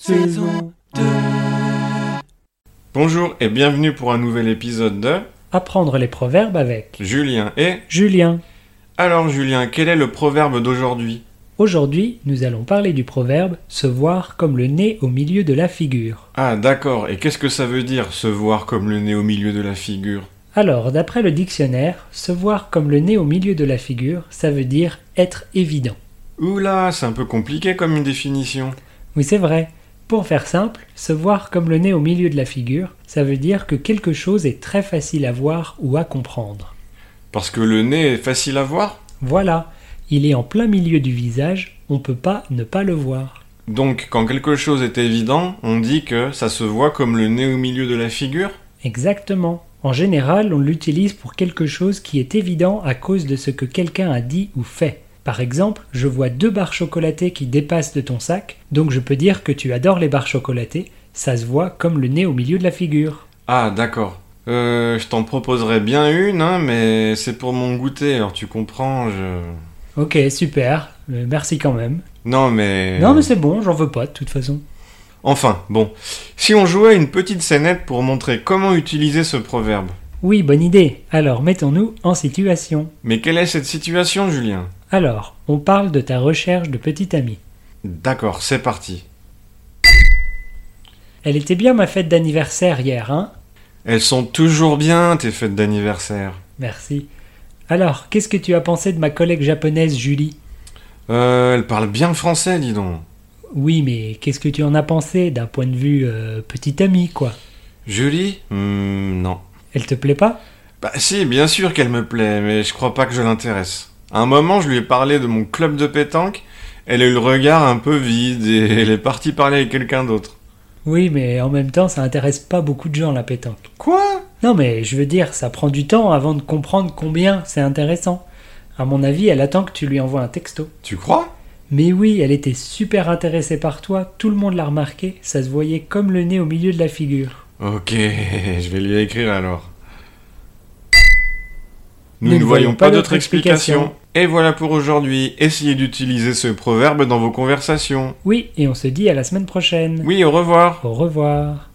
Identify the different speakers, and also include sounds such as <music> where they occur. Speaker 1: saison 2.
Speaker 2: Bonjour et bienvenue pour un nouvel épisode de
Speaker 1: Apprendre les proverbes avec
Speaker 2: Julien et...
Speaker 1: Julien.
Speaker 2: Alors Julien, quel est le proverbe d'aujourd'hui
Speaker 1: Aujourd'hui, nous allons parler du proverbe se voir comme le nez au milieu de la figure.
Speaker 2: Ah d'accord, et qu'est-ce que ça veut dire se voir comme le nez au milieu de la figure
Speaker 1: Alors, d'après le dictionnaire, se voir comme le nez au milieu de la figure, ça veut dire être évident.
Speaker 2: Oula, c'est un peu compliqué comme une définition.
Speaker 1: Oui, c'est vrai. Pour faire simple, se voir comme le nez au milieu de la figure, ça veut dire que quelque chose est très facile à voir ou à comprendre.
Speaker 2: Parce que le nez est facile à voir
Speaker 1: Voilà, il est en plein milieu du visage, on peut pas ne pas le voir.
Speaker 2: Donc quand quelque chose est évident, on dit que ça se voit comme le nez au milieu de la figure
Speaker 1: Exactement. En général, on l'utilise pour quelque chose qui est évident à cause de ce que quelqu'un a dit ou fait. Par exemple, je vois deux barres chocolatées qui dépassent de ton sac, donc je peux dire que tu adores les barres chocolatées, ça se voit comme le nez au milieu de la figure.
Speaker 2: Ah d'accord. Euh, je t'en proposerais bien une, hein, mais c'est pour mon goûter, alors tu comprends, je...
Speaker 1: Ok, super, euh, merci quand même.
Speaker 2: Non mais...
Speaker 1: Non mais c'est bon, j'en veux pas de toute façon.
Speaker 2: Enfin, bon. Si on jouait une petite scénette pour montrer comment utiliser ce proverbe.
Speaker 1: Oui, bonne idée. Alors mettons-nous en situation.
Speaker 2: Mais quelle est cette situation, Julien
Speaker 1: Alors, on parle de ta recherche de petit ami.
Speaker 2: D'accord, c'est parti.
Speaker 1: Elle était bien ma fête d'anniversaire hier, hein
Speaker 2: Elles sont toujours bien, tes fêtes d'anniversaire.
Speaker 1: Merci. Alors, qu'est-ce que tu as pensé de ma collègue japonaise Julie
Speaker 2: Euh, elle parle bien français, dis donc.
Speaker 1: Oui, mais qu'est-ce que tu en as pensé d'un point de vue euh, petit ami, quoi
Speaker 2: Julie Hmm, non.
Speaker 1: Elle te plaît pas
Speaker 2: Bah si, bien sûr qu'elle me plaît, mais je crois pas que je l'intéresse. À un moment, je lui ai parlé de mon club de pétanque, elle a eu le regard un peu vide et elle est partie parler avec quelqu'un d'autre.
Speaker 1: Oui, mais en même temps, ça intéresse pas beaucoup de gens la pétanque.
Speaker 2: Quoi
Speaker 1: Non, mais je veux dire, ça prend du temps avant de comprendre combien c'est intéressant. À mon avis, elle attend que tu lui envoies un texto.
Speaker 2: Tu crois
Speaker 1: Mais oui, elle était super intéressée par toi, tout le monde l'a remarqué, ça se voyait comme le nez au milieu de la figure.
Speaker 2: Ok, <laughs> je vais lui écrire alors. Nous ne voyons pas d'autre explication. Et voilà pour aujourd'hui. Essayez d'utiliser ce proverbe dans vos conversations.
Speaker 1: Oui, et on se dit à la semaine prochaine.
Speaker 2: Oui, au revoir.
Speaker 1: Au revoir.